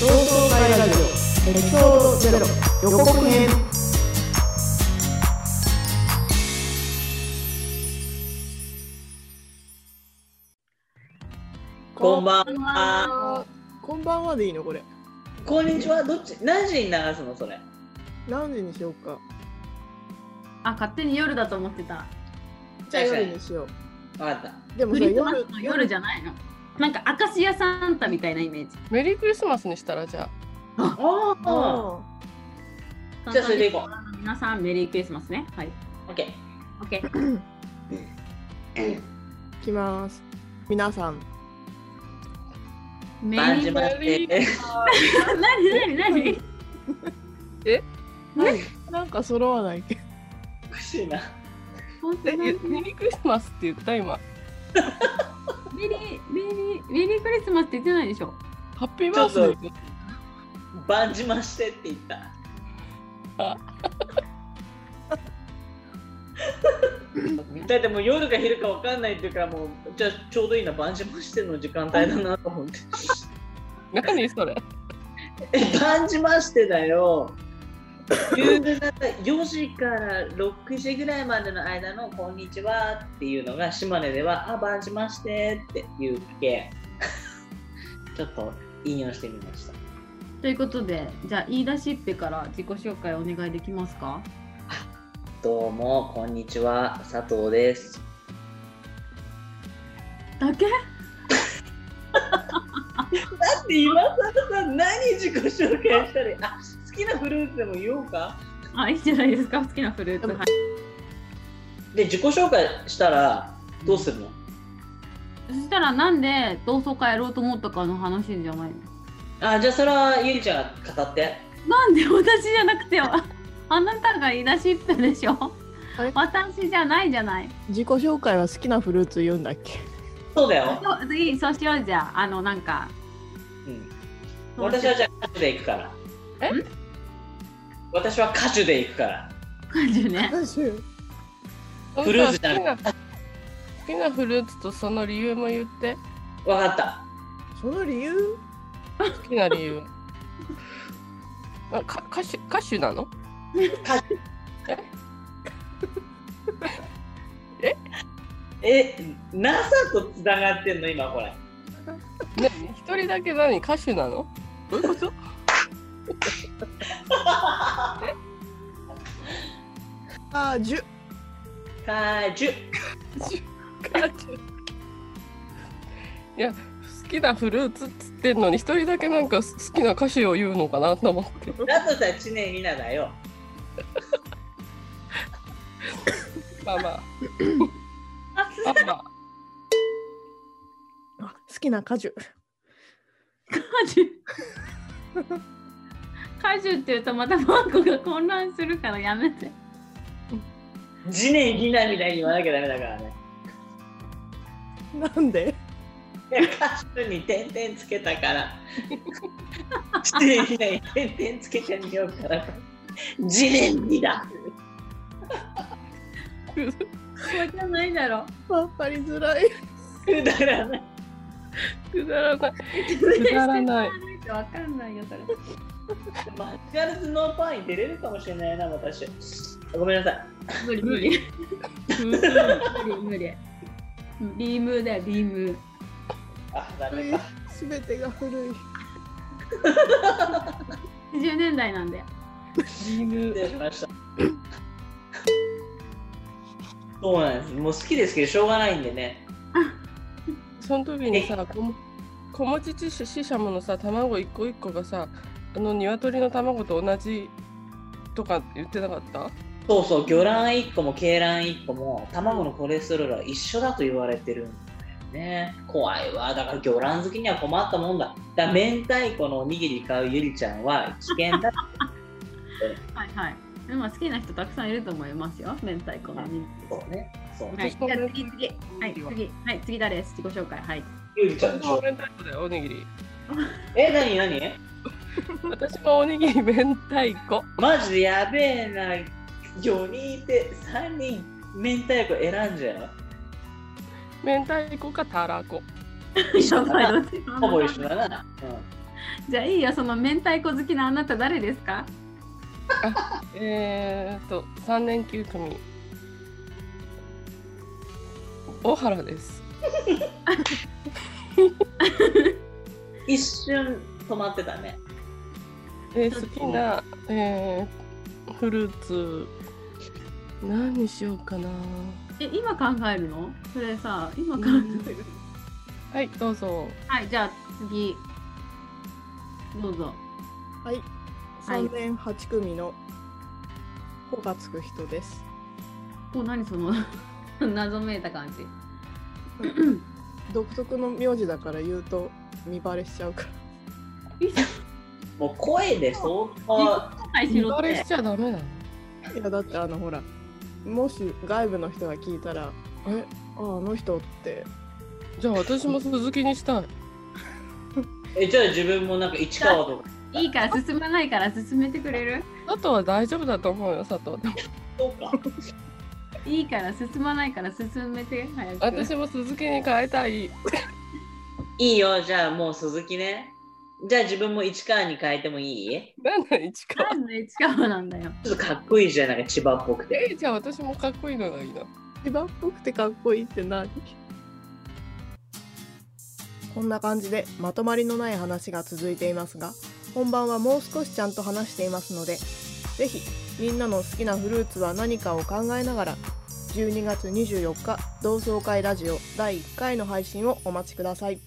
同窓会ラジオエピソードゼロ予告編こんばんは。あこんばんはでいいのこれこんにちは。どっち何時に流すのそれ。何時にしようかあ、勝手に夜だと思ってた。じゃあ夜にしよわかった。うでもクさリスマス夜の夜じゃないの。なんか、アカシアサンタみたいなイメージ。メリークリスマスにしたらじゃああ。あじゃあそれでいこ皆さん、メリークリスマスね。はい。オッケオッケー。ー。ー来ます皆さんメバンリジー。待って。何、何、何。なんか揃わないけどおかしいな。本あ。当え、だメメリークリスマスって言った今。リー、メリー、メリークリスマスって言ってないでしょ。ハッピーバースデーちバンジましてって言った。だいたいもう夜か昼かわかんないっていうからもうじゃあちょうどいいなバンジましての時間帯だなと思って。何それえバンジましてだよ。夕方4時から6時ぐらいまでの間の「こんにちは」っていうのが島根では「あバンジまして」っていう系 ちょっと引用してみましたということで、じゃあ、言い出しっぺから自己紹介お願いできますか。どうもこんにちは佐藤ですだけ。だって今更さ何自己紹介したりあ好きなフルーツでも言おうかあ、いいじゃないですか。好きなフルーツ。はい。で自己紹介したらどうするのそしたら、なんで同窓会やろうと思ったかの話じゃないの。あじゃあそれはゆりちゃんが語ってなんで私じゃなくてああなたが言い出しっぺでしょあれ私じゃないじゃない自己紹介は好きなフルーツ言うんだっけそうだよ、そういいそうしようじゃああのなんかうん、そう私しよはじゃあ歌手で行くからえ私は歌手で行くからう感じねフルーツじゃ好きなな好きなフルーツとその理由も言って。わかったその理由好きな理由。あか歌手歌手なのえ NASA とつながってんの今これね一人だけ何歌手なのどういうことあーじゅ果樹歌手いや好きなフルーツっつってんのに一人だけなんか好きな歌手を言うのかなと思ってだとしたら知念里奈だよまあ まあまああまああ好きな果樹 果樹果樹って言うとまたマンコが混乱するからやめて知念里奈みたいに言わなきゃダメだからねなん でいや歌手に点々つけたから知念里奈に点々つけてみようから知念里だそうじゃないだろわかりづらいくだらないくだらないくだらないわかんないよそれマッチャルズノーパンに出れるかもしれないな私ごめんなさい無理無理無理無理ビームだよビームあダメかすべてが古い80年代なんで理由失礼しましたそうなんですもう好きですけどしょうがないんでねその時にさ、こも小餅ちしししゃものさ、卵一個一個がさ、あの鶏の卵と同じとか言ってなかったそうそう魚卵1個も鶏卵1個も卵のコレステロールは一緒だと言われてるんだよね怖いわだから魚卵好きには困ったもんだだから明太子のおにぎり買うゆりちゃんは危険だはいはい。でも好きな人たくさんいると思いますよ。明太子の人そうねそうはい。じゃあ次次。はい次は次。はい次誰です。自己紹介。 はい。ゆりちゃんでし私もょ明太子だよ、おにぎり。え何何私もおにぎり明太子。マジでやべえな4人いて3人明太子選んじゃ明太子かたらこ。う一緒やばいだどなっちもほぼ一緒だな、うん じゃあいいよその明太子好きなあなた誰ですかえーっと三年休組大原です一瞬止まってたね。で好きな、えーフルーツ何にしようかなえ今考えるのそれさ今考えるはいどうぞはいじゃあ次どうぞはい、三年八組の子がつく人 です。お何その 謎めいた感じ独特の名字だから言うと見バレしちゃうから。もう声で相当。はい見拾っバレしてちゃダメだいやだってあのほら もし外部の人が聞いたら「えああの人」ってじゃあ私も鈴木にしたいえ、じゃあ自分もなんか市川とか。いいから進まないから進めてくれる佐藤は大丈夫だと思うよ 佐藤そうか。いいから進まないから進めて早く私も鈴木に変えたいいいよ、じゃあもう鈴木ね。じゃあ自分も市川に変えてもいいなんだ市川なんで近場なんだよちょっとかっこいいじゃんない千葉っぽくて。えじゃあ私もかっこいいのがいいな千葉っぽくてかっこいいって何こんな感じでまとまりのない話が続いていますが本番はもう少しちゃんと話していますのでぜひみんなの好きなフルーツは何かを考えながら12月24日同窓会ラジオ第1回の配信をお待ちください。